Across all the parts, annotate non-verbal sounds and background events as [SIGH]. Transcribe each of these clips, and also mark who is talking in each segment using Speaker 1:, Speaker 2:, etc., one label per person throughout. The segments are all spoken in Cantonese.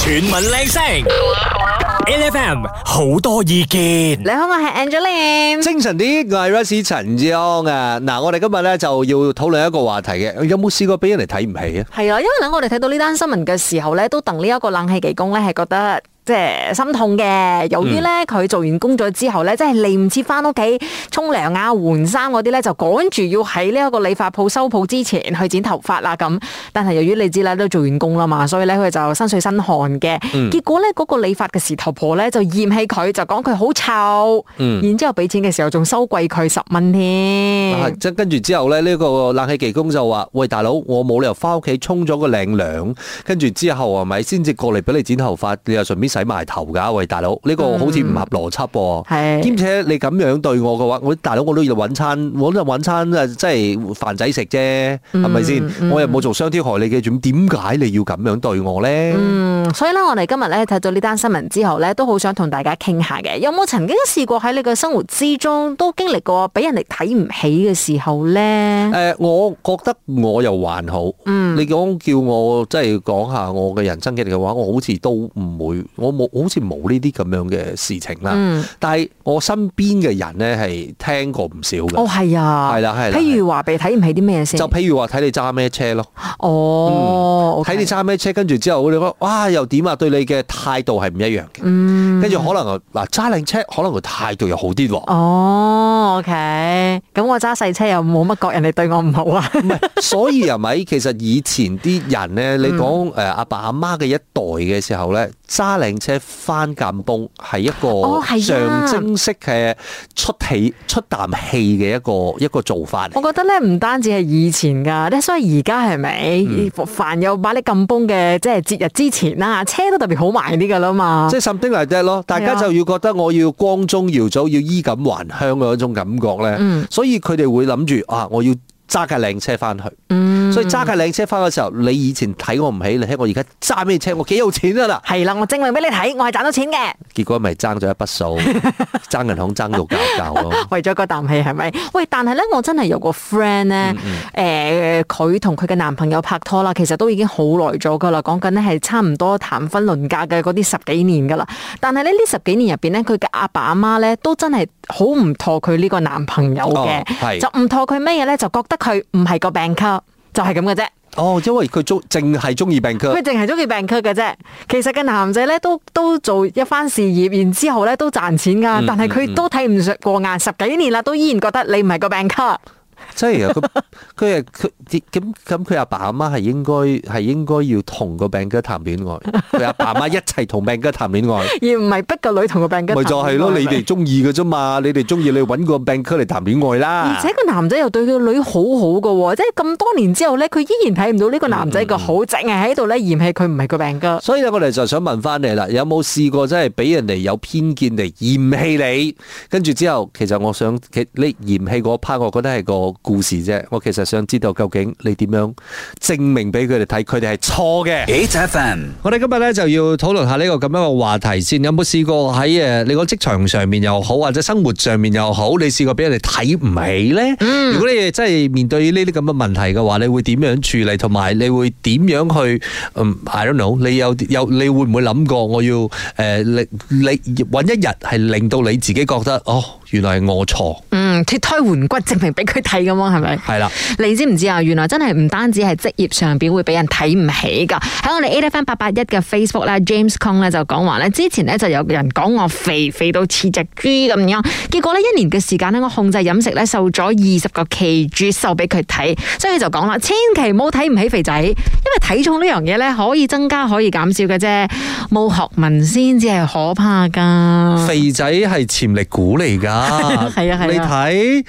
Speaker 1: 全民靚聲，LFM 好多意見
Speaker 2: 你。好，我係 Angeline。
Speaker 3: 精神啲，我係 Rusty 陳志安啊！嗱，我哋今日咧就要討論一個話題嘅，有冇試過俾人哋睇唔起啊？
Speaker 2: 係啊，因為咧，我哋睇到呢單新聞嘅時候咧，都戥呢一個冷氣技工咧係覺得。即係心痛嘅，由於咧佢做完工作之後咧，即係嚟唔切翻屋企沖涼啊、換衫嗰啲咧，就趕住要喺呢一個理髮鋪收鋪之前去剪頭髮啦咁。但係由於你知啦，都做完工啦嘛，所以咧佢就身水身汗嘅。結果咧嗰個理髮嘅時頭婆咧就嫌棄佢，就講佢好臭，然之後俾錢嘅時候仲收貴佢十蚊
Speaker 3: 啊
Speaker 2: 添。
Speaker 3: 即跟住之後咧，呢個冷氣技工就話：喂，大佬，我冇理由翻屋企沖咗個靚涼，跟住之後係咪先至過嚟俾你剪頭髮？你又順便洗埋頭㗎？喂，大佬，呢個好似唔合邏輯
Speaker 2: 嗯
Speaker 3: 喎。
Speaker 2: 係
Speaker 3: 兼且你咁樣對我嘅話，我大佬我都要揾餐，我都係揾餐啊，即係飯仔食啫，係咪
Speaker 2: 嗯
Speaker 3: 先？我又冇做傷天害理嘅，咁點解你要咁樣對我咧？
Speaker 2: 嗯，所以咧，我哋今日咧睇到呢單新聞之後咧，都好想同大家傾下嘅。有冇曾經試過喺你嘅生活之中都經歷過俾人哋睇唔起嘅時候咧
Speaker 3: [LAUGHS] 誒、？呃我覺得我又還好。嗯，你講叫我即係講下我嘅人生經歷嘅話，我好似都唔會，我冇好似冇呢啲咁樣嘅事情啦。
Speaker 2: 嗯
Speaker 3: 但係我身邊嘅人呢，係聽過唔少嘅。
Speaker 2: 哦，係啊，
Speaker 3: 係啦係啦
Speaker 2: 譬如話被睇唔起啲咩先？
Speaker 3: 就譬如話睇你揸咩車咯，
Speaker 2: 哦，
Speaker 3: 嗯睇你揸咩車，跟住之後你覺得哇又點啊？對你嘅態度係唔一樣嘅，
Speaker 2: 嗯，
Speaker 3: 跟住可能嗱揸靚車，可能個態度又好啲喎。
Speaker 2: 哦，OK，咁我揸細車又冇乜覺人哋對我唔好
Speaker 3: [LAUGHS]
Speaker 2: 啊。
Speaker 3: 唔係，所以係咪其實以前啲人咧，你講
Speaker 2: 嗯
Speaker 3: 誒阿爸阿媽嘅一代嘅時候咧，揸靚車翻鑑崩係一
Speaker 2: 哦
Speaker 3: 個
Speaker 2: 係啊
Speaker 3: 象徵式嘅出氣出啖氣嘅一個一個做法
Speaker 2: 我
Speaker 3: 嚟。
Speaker 2: 覺得咧唔單止係以前㗎，咧所以而家係咪？
Speaker 3: 嗯
Speaker 2: 凡有把你咁崩嘅即係節日之前啦，車都特別好賣啲㗎啦嘛
Speaker 3: 即。係 something like that
Speaker 2: 啊
Speaker 3: 咯，大家就要覺得我要光宗耀祖，要衣錦還鄉嗰種感覺咧，
Speaker 2: 嗯
Speaker 3: 所以佢哋會諗住啊，我要揸架靚車翻去。
Speaker 2: 嗯
Speaker 3: 所以揸架靚車翻嘅時候，你以前睇我唔起，你睇我而家揸咩車，我幾有錢啊啦！
Speaker 2: 係啦，我證明俾你睇，我係賺到錢嘅，
Speaker 3: 結果咪爭咗一筆 [LAUGHS] 數，爭銀行爭到教教咯。
Speaker 2: 為咗嗰啖氣係咪？喂，但係咧，我真係有個 friend 咧，誒佢同佢嘅男朋友拍拖啦，其實都已經好耐咗噶啦，講緊咧係差唔多談婚論嫁嘅嗰啲十幾年噶啦。但係咧呢十幾年入邊咧，佢嘅阿爸阿媽咧都真係好唔妥佢呢個男朋友
Speaker 3: 哦
Speaker 2: 嘅，
Speaker 3: 係
Speaker 2: 就唔妥佢咩嘢咧，就覺得佢唔係個病級，就係咁嘅啫。
Speaker 3: 哦，因為佢中淨係中意病
Speaker 2: 佢
Speaker 3: 佢，
Speaker 2: 淨係中意病區嘅啫。其實嘅男仔咧都都做一番事業，然之後咧都賺錢噶，
Speaker 3: 嗯
Speaker 2: 但係佢都睇唔上過眼，十幾年啦，都依然覺得你唔係個病區。
Speaker 3: [LAUGHS] 即係佢佢係佢咁咁佢阿爸阿媽係應該係應該要同個病哥談戀愛，佢阿爸阿媽一齊同病哥談戀愛，
Speaker 2: 而唔係逼個女同個病區。
Speaker 3: 咪就係咯，你哋。中意嘅啫嘛，你哋中意你揾個病哥嚟談戀愛
Speaker 2: 而
Speaker 3: 啦。
Speaker 2: 且個男仔又對佢女好好噶喎，即係咁多年之後咧，佢依然睇唔到呢個男仔
Speaker 3: 嗯
Speaker 2: 嘅好，淨係喺度咧嫌棄佢唔係個病哥。
Speaker 3: 所以咧，我哋就想問翻你啦，有冇試過真係俾人哋有偏見嚟嫌棄你？跟住之後，其實我想，其你嫌棄嗰 part，我覺得係個故事啫。我其實想知道究竟你點樣證明俾佢哋睇，佢哋係錯嘅。
Speaker 1: HFM
Speaker 3: 我哋今日咧就要討論下呢個咁樣嘅話題先。有冇試過喺誒你個職場上面又好，或者生活上面又好，你試過俾人哋睇唔起咧？如果你真係面對呢啲咁嘅問題嘅話，你會點樣處理？同埋你會點樣去？嗯，I don't know。你有有你會唔會諗過我要誒、呃你你揾一日係令到你自己覺得哦，原來係我錯，
Speaker 2: 嗯，脱胎換骨，證明俾佢睇咁樣係咪？
Speaker 3: 係啦。
Speaker 2: 你知唔知啊？原來真係唔單止係職業上邊會俾人睇唔起噶。喺我哋 A F M 八八一嘅 Facebook 啦，James Kong 咧就講話咧，之前咧就有人講我肥肥到似只豬咁樣，結果呢，一年嘅時間咧，我控制飲食咧瘦咗二十個 kg，瘦俾佢睇，所以佢就講啦，千祈唔好睇唔起肥仔，因為體重呢樣嘢咧可以增加可以減少嘅啫，冇學問先至係可怕噶。
Speaker 3: 肥仔係潛力股嚟㗎，
Speaker 2: 啊 [LAUGHS] 係啊
Speaker 3: 你睇，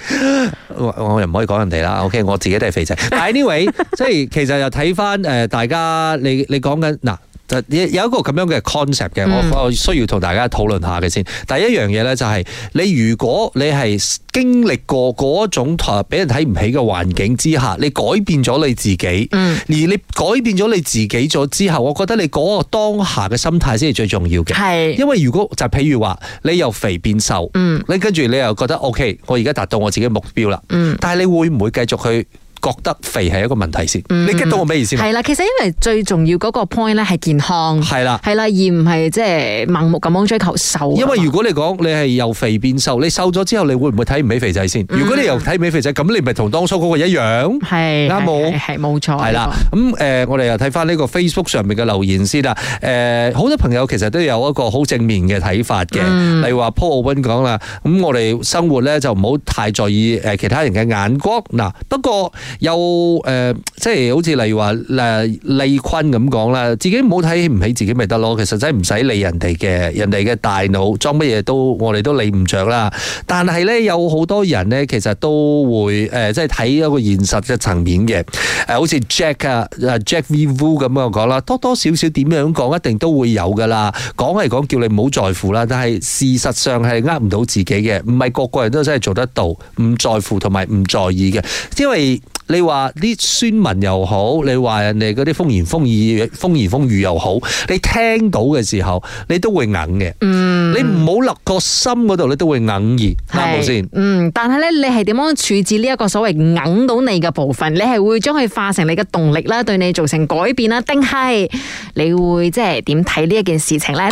Speaker 3: 我我又唔可以講人哋啦。OK，我自己都係
Speaker 2: [LAUGHS]
Speaker 3: 肥仔。但係 anyway，即係其實又睇翻誒大家，你你講緊嗱。就有有一個咁樣嘅 concept 嘅，
Speaker 2: 嗯
Speaker 3: 我我需要同大家討論下嘅先。第一樣嘢咧就係、你如果你係經歷過嗰種誒俾人睇唔起嘅環境之下，你改變咗你自己，
Speaker 2: 嗯
Speaker 3: 而你改變咗你自己咗之後，我覺得你嗰個當下嘅心態先係最重要嘅。
Speaker 2: 係，
Speaker 3: 因為如果就譬如話，你由肥變瘦，
Speaker 2: 嗯
Speaker 3: 你跟住你又覺得 O、k 我而家達到我自己嘅目標啦。
Speaker 2: 嗯
Speaker 3: 但係你會唔會繼續去覺得肥係一個問題先？你 get 到我咩意思嘛？
Speaker 2: 係啦，其實因為最重要嗰個 point 咧係健康，
Speaker 3: 係啦。
Speaker 2: 係啦，而唔係即係盲目咁樣追求啊瘦。
Speaker 3: 啊因為如果你講你係由肥變瘦，你瘦咗之後你會唔會睇唔起肥仔先？
Speaker 2: 嗯
Speaker 3: 如果你又睇唔起肥仔，咁你咪同當初嗰個一樣。
Speaker 2: 係
Speaker 3: 啱冇
Speaker 2: 係係冇錯，
Speaker 3: 係啦，咁誒、呃我哋又睇翻呢個 Facebook 上面嘅留言先啦。誒、好多朋友其實都有一個好正面嘅睇法嘅，例如話 Paul 奧 n 講啦，咁我哋生活咧就唔好太在意誒其他人嘅眼光。嗱，不過又誒、呃即係好似例如話誒利坤咁講啦，自己唔好睇唔起自己咪得咯。其實真係唔使理人哋嘅，人哋嘅大腦裝乜嘢都我哋都理唔着啦。但係咧有好多人咧，其實都會誒、呃即係睇一個現實嘅層面嘅。誒、好似 Jack 啊、誒 Jack V Wu 咁樣講啦，多多少少點樣講一定都會有噶啦。講係講叫你唔好在乎啦，但係事實上係呃唔到自己嘅，唔係個個人都真係做得到，唔在乎同埋唔在意嘅，因為。你話啲宣文又好，你話人哋嗰啲風言風語、風言風語又好，你聽到嘅時候，你都會硬嘅。嗯，你唔好落個心嗰度，你都會硬而啱冇
Speaker 2: 係
Speaker 3: 先？
Speaker 2: 嗯，但係咧，你係點樣處置呢一個所謂硬到你嘅部分？你係會將佢化成你嘅動力啦，對你造成改變啦，定係你會即係點睇呢一件事情咧？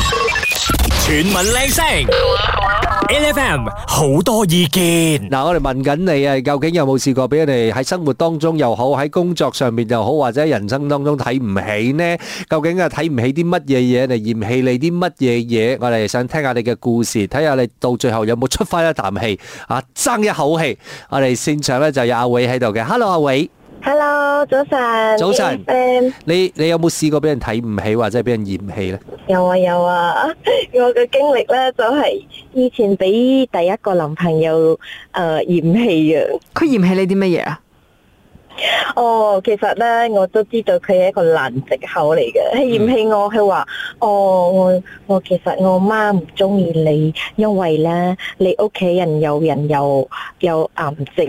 Speaker 1: 全民靚聲，LFM 好多意見。
Speaker 4: 嗱，我哋問緊你啊，究竟有冇試過俾人哋喺生活當中又好，喺工作上面又好，或者人生當中睇唔起呢？究竟啊睇唔起啲乜嘢嘢嚟嫌棄你啲乜嘢嘢？我哋想聽下你嘅故事，睇下你到最後有冇出翻一啖氣啊，爭一口氣。我哋線上咧就有阿偉喺度嘅，Hello 阿偉，
Speaker 5: Hello，早晨。
Speaker 4: 早晨
Speaker 5: AFM
Speaker 4: 你你有冇試過俾人睇唔起或者係俾人嫌棄呢？
Speaker 5: 有啊有啊， [LAUGHS] 我嘅經歷咧就係、以前俾第一個男朋友誒、呃嫌棄啊。
Speaker 2: 佢嫌棄你啲乜嘢啊？
Speaker 5: 哦，其實咧我都知道佢係一個爛藉口嚟嘅，
Speaker 4: 嗯
Speaker 5: 佢嫌棄我，佢話：哦，我我其實我媽唔中意你，因為咧你屋企人有人有有癌症，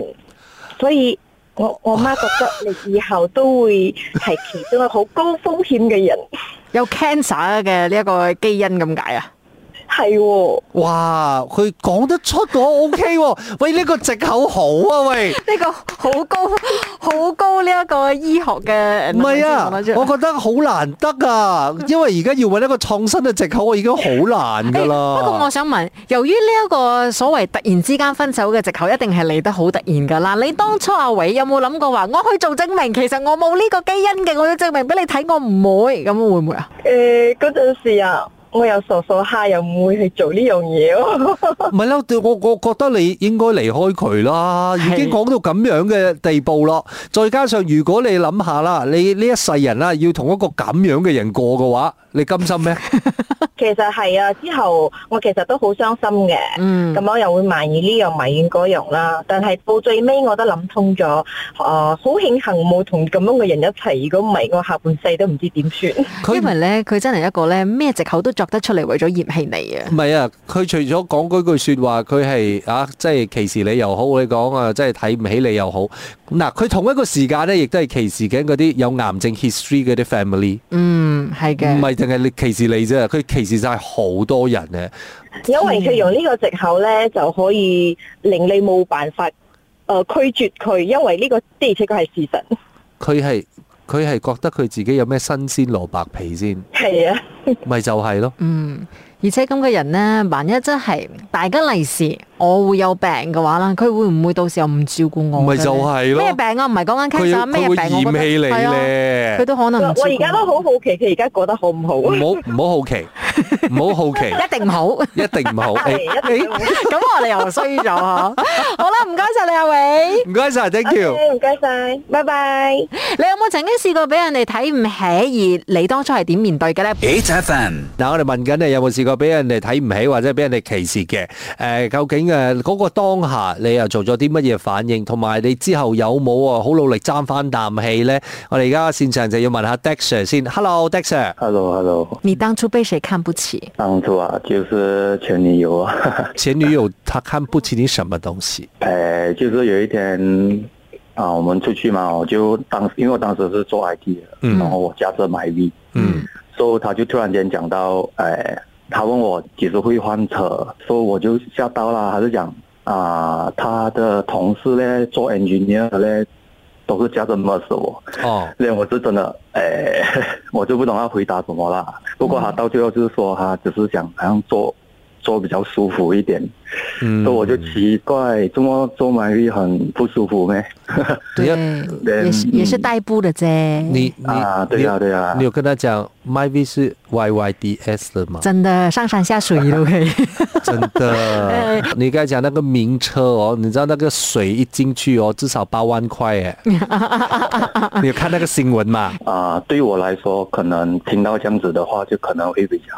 Speaker 5: 所以我我媽覺得你以後都會係其中一個好高風險嘅人，
Speaker 2: 有 cancer 嘅呢一個基因咁解啊？
Speaker 5: 係喎、
Speaker 4: 哇，佢講得出我 OK 喎，喂呢、個藉口好啊喂！
Speaker 2: 呢個好高好高呢一個醫學嘅呃
Speaker 4: 唔係啊，我覺得好難得啊，因為而家要揾一個創新嘅藉口，我已經好難噶啦。
Speaker 2: [LAUGHS] 哎不過我想問，由於呢一個所謂突然之間分手嘅藉口，一定係嚟得好突然㗎啦。你當初阿偉有冇諗過話，我去做證明，其實我冇呢個基因嘅，我要證明俾你睇，我唔會咁會唔會啊？
Speaker 5: 诶，呃嗰陣時啊，我又傻傻下，又唔會去做呢樣嘢咯。
Speaker 4: 唔係啦，對我我覺得你應該離開佢啦，已經講到咁樣嘅地步咯。再加上如果你諗下啦，你呢一世人啦，要同一個咁樣嘅人過嘅話，你甘心
Speaker 2: [LAUGHS]
Speaker 4: 咩？
Speaker 5: [LAUGHS] 其實係啊，之後我其實都好傷心嘅。
Speaker 2: 嗯
Speaker 5: 咁我又會埋怨呢樣埋怨嗰樣啦，但係到最尾我都諗通咗，啊、好慶幸冇同咁樣嘅人一齊，如果唔係我下半世都唔知點 [LAUGHS] 算。
Speaker 4: 佢
Speaker 2: 因為咧，佢真係一個咧咩藉口都作得出嚟，為咗嫌棄你啊！
Speaker 4: 唔係啊，佢除咗講嗰句説話，佢係啊，即係歧視你又好，你講啊，即係睇唔起你又好。嗱，佢同一個時間咧，亦都係歧視緊嗰啲有癌症 history 嗰啲 family。
Speaker 2: 嗯，係
Speaker 4: 唔
Speaker 2: 嘅。
Speaker 4: 係淨係你歧視你啫，佢歧視晒好多人嘅。
Speaker 5: 因為佢用呢個藉口咧，就可以令你冇辦法誒、呃拒絕佢，因為呢、個的而且確係事實。
Speaker 4: 佢係佢係覺得佢自己有咩新鮮蘿蔔皮先，
Speaker 5: 係啊，
Speaker 4: 咪就係咯。
Speaker 2: 嗯，而且咁嘅人呢，萬一真係大家利是，我會有病嘅話啦，佢會唔會到時候唔照顧我嘅呢？
Speaker 4: 咪就係咯
Speaker 2: 咩病啊？唔係講緊
Speaker 4: 佢
Speaker 2: cancer 咩
Speaker 4: 佢會
Speaker 2: 病？
Speaker 4: 嫌
Speaker 2: 我覺
Speaker 4: 棄
Speaker 2: 得係
Speaker 4: 你
Speaker 2: 啊佢
Speaker 4: 咧。
Speaker 2: 都可能唔照顧
Speaker 5: [LAUGHS] 我而家都好好奇佢而家過得好唔好。
Speaker 4: 唔好唔好好奇，唔好好
Speaker 2: [LAUGHS]
Speaker 4: 奇，
Speaker 2: 一定唔好。
Speaker 4: 一定唔好。
Speaker 5: 係一定
Speaker 4: 誒
Speaker 5: 要
Speaker 2: 咁我哋又衰咗
Speaker 5: [LAUGHS]
Speaker 2: 嚇。好啦，唔該晒你阿偉，
Speaker 4: 誒唔該晒 thank you。
Speaker 5: OK，唔該晒，拜拜。
Speaker 2: 你有冇曾經試過俾人哋睇唔起，而你當初係點面對嘅咧？
Speaker 5: 嗯
Speaker 1: HFM
Speaker 4: 嗱，我哋問緊你有冇試過俾人哋睇唔起或者俾人哋歧視嘅？誒、究竟誒嗰個當下你又做咗啲乜嘢反應，同埋你之後有冇啊好努力爭翻啖氣咧？我哋而家線上就要問下 Dexter 先，Hello，Dexter。
Speaker 6: Hello Hello，
Speaker 2: 你當初被誰看不起？
Speaker 6: 当初啊就是前女友啊， [LAUGHS]
Speaker 4: 前女友她看不起你什么东西？
Speaker 6: 呃，就是有一天啊，我们出去嘛，我就当因为我当时是做 IT 的，
Speaker 4: 嗯
Speaker 6: 然后我驾车买 V，
Speaker 4: 嗯，
Speaker 6: 所以他就突然间讲到，呃，他问我几时会换车，所以我就吓到了，他就讲啊、他的同事呢，做 engineer 呢，都是夹着 m e r 我，
Speaker 3: 哦，
Speaker 6: 所以我是真的，哎， [LAUGHS] 我就不懂要回答什么啦。不过他
Speaker 3: 嗯
Speaker 6: 到最后就是说，他只是想好像做做比较舒服一点，
Speaker 3: 嗯
Speaker 6: 哦所以我就奇怪，怎么做鳗鱼很不舒服咩？
Speaker 2: 对，
Speaker 6: 对
Speaker 2: 也
Speaker 6: 嗯
Speaker 2: 是也是代步的啫。
Speaker 3: 你你
Speaker 6: 啊对
Speaker 3: 你
Speaker 6: 呀
Speaker 3: 有
Speaker 6: 对呀
Speaker 3: 你有跟他讲 My V 是 Y Y D S 的吗？
Speaker 2: 真的上山下水都可以。
Speaker 3: 真的，你刚才讲那个名车哦，你知道那个水一进去哦，至少八万块哎，你有看那个新闻嘛？
Speaker 6: 啊，对我来说，可能听到这样子的话，就可能会比较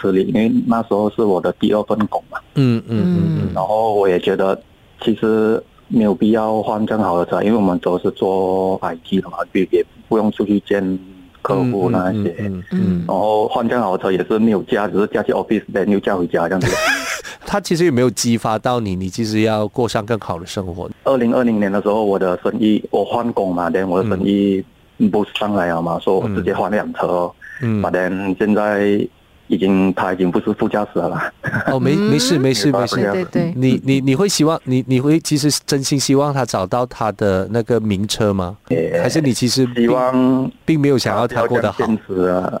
Speaker 6: 吃力，因为那时候是我的第二份工嘛。
Speaker 3: 嗯嗯嗯
Speaker 6: 然后我也觉得其实没有必要换这样好的车，因为我们都是做 IT 的嘛，也也不用出去见客
Speaker 3: 嗯，
Speaker 6: 户那些。
Speaker 3: 嗯
Speaker 2: 嗯
Speaker 6: 然后换这样好的车也是没有价，只是嫁去 office，then 又嫁回家这样子。
Speaker 3: 他其实有没有激发到你？你其实要过上更好的生活。
Speaker 6: 二零二零年的时候，我的生意我换工嘛，then 我的生意不上来了嘛，所以我直接换辆车。
Speaker 3: 嗯
Speaker 6: 反，正现在已经他已经不是副驾驶了啦。
Speaker 3: 哦，没没事没事
Speaker 6: 嗯
Speaker 3: 没
Speaker 6: 对
Speaker 3: 事
Speaker 6: 啊。
Speaker 2: 对对对，
Speaker 3: 你你你会希望你你会其实真心希望他找到他的那个名车吗？还是你其实
Speaker 6: 希
Speaker 3: 并
Speaker 6: 望
Speaker 3: 并没有想要他过得好
Speaker 6: 不要？这样现实啊，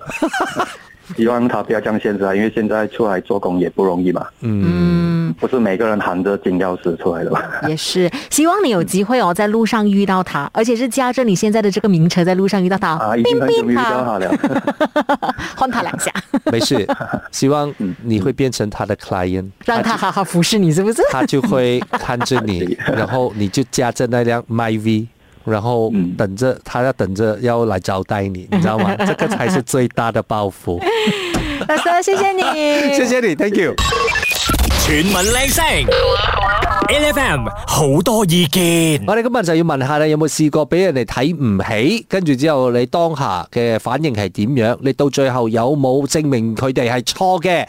Speaker 6: 希望他不要这样现实啊，因为现在出来做工也不容易嘛，
Speaker 2: 嗯，
Speaker 6: 不是每个人含着金钥匙出来的吧？
Speaker 2: 也是。希望你有机会哦，在路上遇到他，而且是驾着你现在的这个名车在路上遇到他，
Speaker 6: 啊，已经很久没遇到他了，
Speaker 2: 换他
Speaker 6: [LAUGHS]
Speaker 2: 两下，
Speaker 3: 没事，希望你
Speaker 6: 嗯
Speaker 3: 会变成他的 client，
Speaker 2: 让他好好服侍你，是
Speaker 6: [LAUGHS]
Speaker 2: 不是？
Speaker 3: 他就会看着 [LAUGHS] 你，然后你就驾着那辆 MyV，然后
Speaker 6: 嗯
Speaker 3: 等着他要等着要来招待你，你知道吗？ [LAUGHS] 这个才是最大的报复。
Speaker 2: 大哥，谢
Speaker 6: [LAUGHS]
Speaker 2: 谢你，
Speaker 3: 谢谢你，Thank you。
Speaker 1: 全民靚聲，LFM 好多意見，
Speaker 3: 我哋今日就要問下你有冇試過俾人哋睇唔起，跟住之後你當下嘅反應係點樣？你到最後有冇證明佢哋係錯嘅？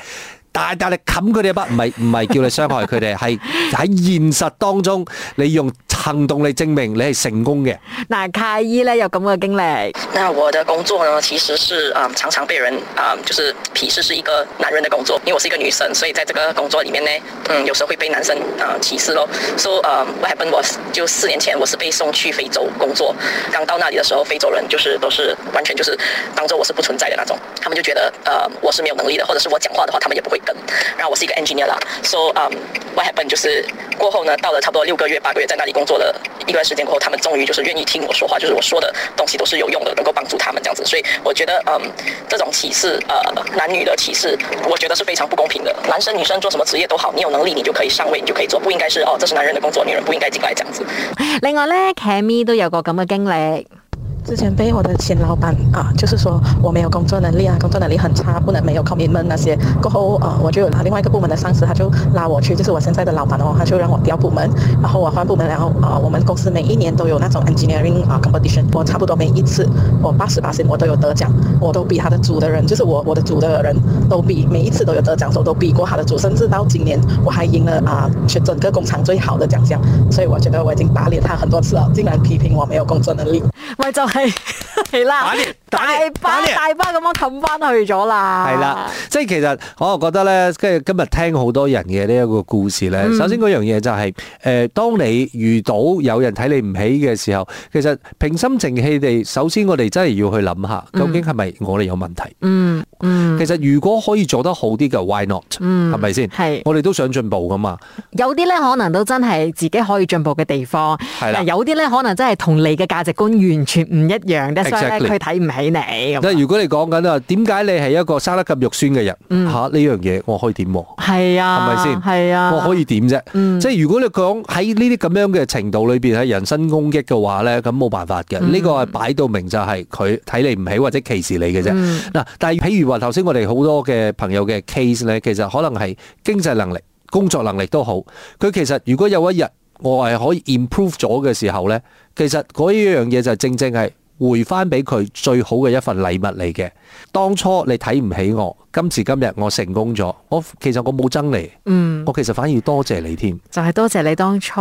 Speaker 3: 大大力冚佢哋一巴，唔係唔係叫你傷害佢哋，係喺現實當中，你用行動嚟證明你係成功嘅。
Speaker 2: 嗱，卡伊咧有咁嘅經歷，
Speaker 7: 那我的工作呢，其实是啊、嗯常常被人啊、嗯就是鄙视是一个男人的工作，因为我是一个女生，所以在这个工作里面呢，嗯，有时候会被男生啊、呃歧视咯。So 呃、w h a t happened was，就四年前我是被送去非洲工作，刚到那里的时候，非洲人就是都是完全就是当做我是不存在的那种，他们就觉得呃我是没有能力的，或者是我讲话的话他们也不会跟。然后我是一个 engineer 啦，So 嗯、w h a t happened 就是过后呢，到了差不多六个月八个月在那里工作了一段时间过后，他们终于就是愿意听我说话，就是我说的东西都是有用的，能够帮助他们这样子。所以我觉得，嗯，这种歧视，呃，男女的歧视，我觉得是非常不公平的。男生女生做什么职业都好，你有能力你就可以上位，你就可以做，不应该是哦，这是男人的工作，女人不应该进来这样子。
Speaker 2: 另外咧 c a m i 都有個咁嘅經歷，
Speaker 8: 之前被我的前老板啊，就是说我没有工作能力啊，工作能力很差，不能没有 commitment 那些。过后啊，我就有另外一个部门的上司，他就拉我去，就是我现在的老板哦，他就让我调部门，然后我换部门，然后啊，我们公司每一年都有那种 engineering 啊 competition，我差不多每一次我呃八十八我都有得奖，我都比他的组的人，就是我我的组的人都比每一次都有得奖，所以我都比过他的组，甚至到今年我还赢了啊全整个工厂最好的奖项，所以我觉得我已经打脸他很多次了，竟然批评我没有工作能力。
Speaker 2: 咪就 [LAUGHS] 係係啦，大巴大巴咁樣冚翻去咗啦，
Speaker 3: 係啦，即係其實我又覺得咧，跟住今日聽好多人嘅呢一個故事咧。
Speaker 2: 嗯
Speaker 3: 首先嗰樣嘢就係、誒、當你遇到有人睇你唔起嘅時候，其實平心靜氣地，首先我哋真係要去諗下，究竟係咪我哋有問題？
Speaker 2: 嗯嗯，
Speaker 3: 其實如果可以做得好啲嘅，why not？
Speaker 2: 嗯
Speaker 3: 係咪先？
Speaker 2: 係
Speaker 3: 我哋都想進步噶嘛。
Speaker 2: 有啲咧可能都真係自己可以進步嘅地方，
Speaker 3: 係啦
Speaker 2: 嗱有啲咧可能真係同你嘅價值觀完全唔一樣嘅，所以咧
Speaker 3: Exactly
Speaker 2: 佢睇唔起你
Speaker 3: 即
Speaker 2: 咁。
Speaker 3: 係如果你講緊啊，點解你係一個生得咁肉酸嘅人？嚇呢、
Speaker 2: 嗯
Speaker 3: 樣嘢我可以點喎？
Speaker 2: 係啊，
Speaker 3: 係咪先？
Speaker 2: 係啊，
Speaker 3: 我可以點啫？即係如果你講喺呢啲咁樣嘅程度裏邊係人身攻擊嘅話咧，咁冇辦法嘅。呢個係擺到明就係佢睇你唔起或者歧視你嘅啫。嗱，但係譬如話頭先我哋好多嘅朋友嘅 case 咧，其實可能係經濟能力、工作能力都好，佢其實如果有一日我係可以 improve 咗嘅時候咧，其實嗰一樣嘢就正正係。回翻俾佢最好嘅一份禮物嚟嘅。當初你睇唔起我，今時今日我成功咗，哦我其實我冇憎你，
Speaker 2: 嗯，
Speaker 3: 我其實反而要多謝你添。
Speaker 2: 就係多謝你當初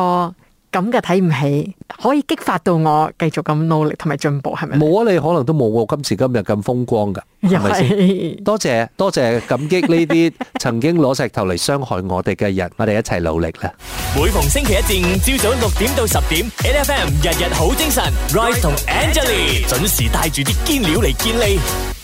Speaker 2: 咁嘅睇唔起，可以激發到我繼續咁努力同埋進步，係咪？
Speaker 3: 冇啊，你可能都冇我今時今日咁風光㗎，係
Speaker 2: 嗯又
Speaker 3: 咪先？
Speaker 2: 係
Speaker 3: 多謝多謝感激呢啲曾經攞石頭嚟傷害我哋嘅人，我哋一齊努力啦！
Speaker 1: 每逢星期一至五朝早六點到十點，N F M 日日好精神，Rise 同 Angelie 準時帶住啲堅料嚟健利。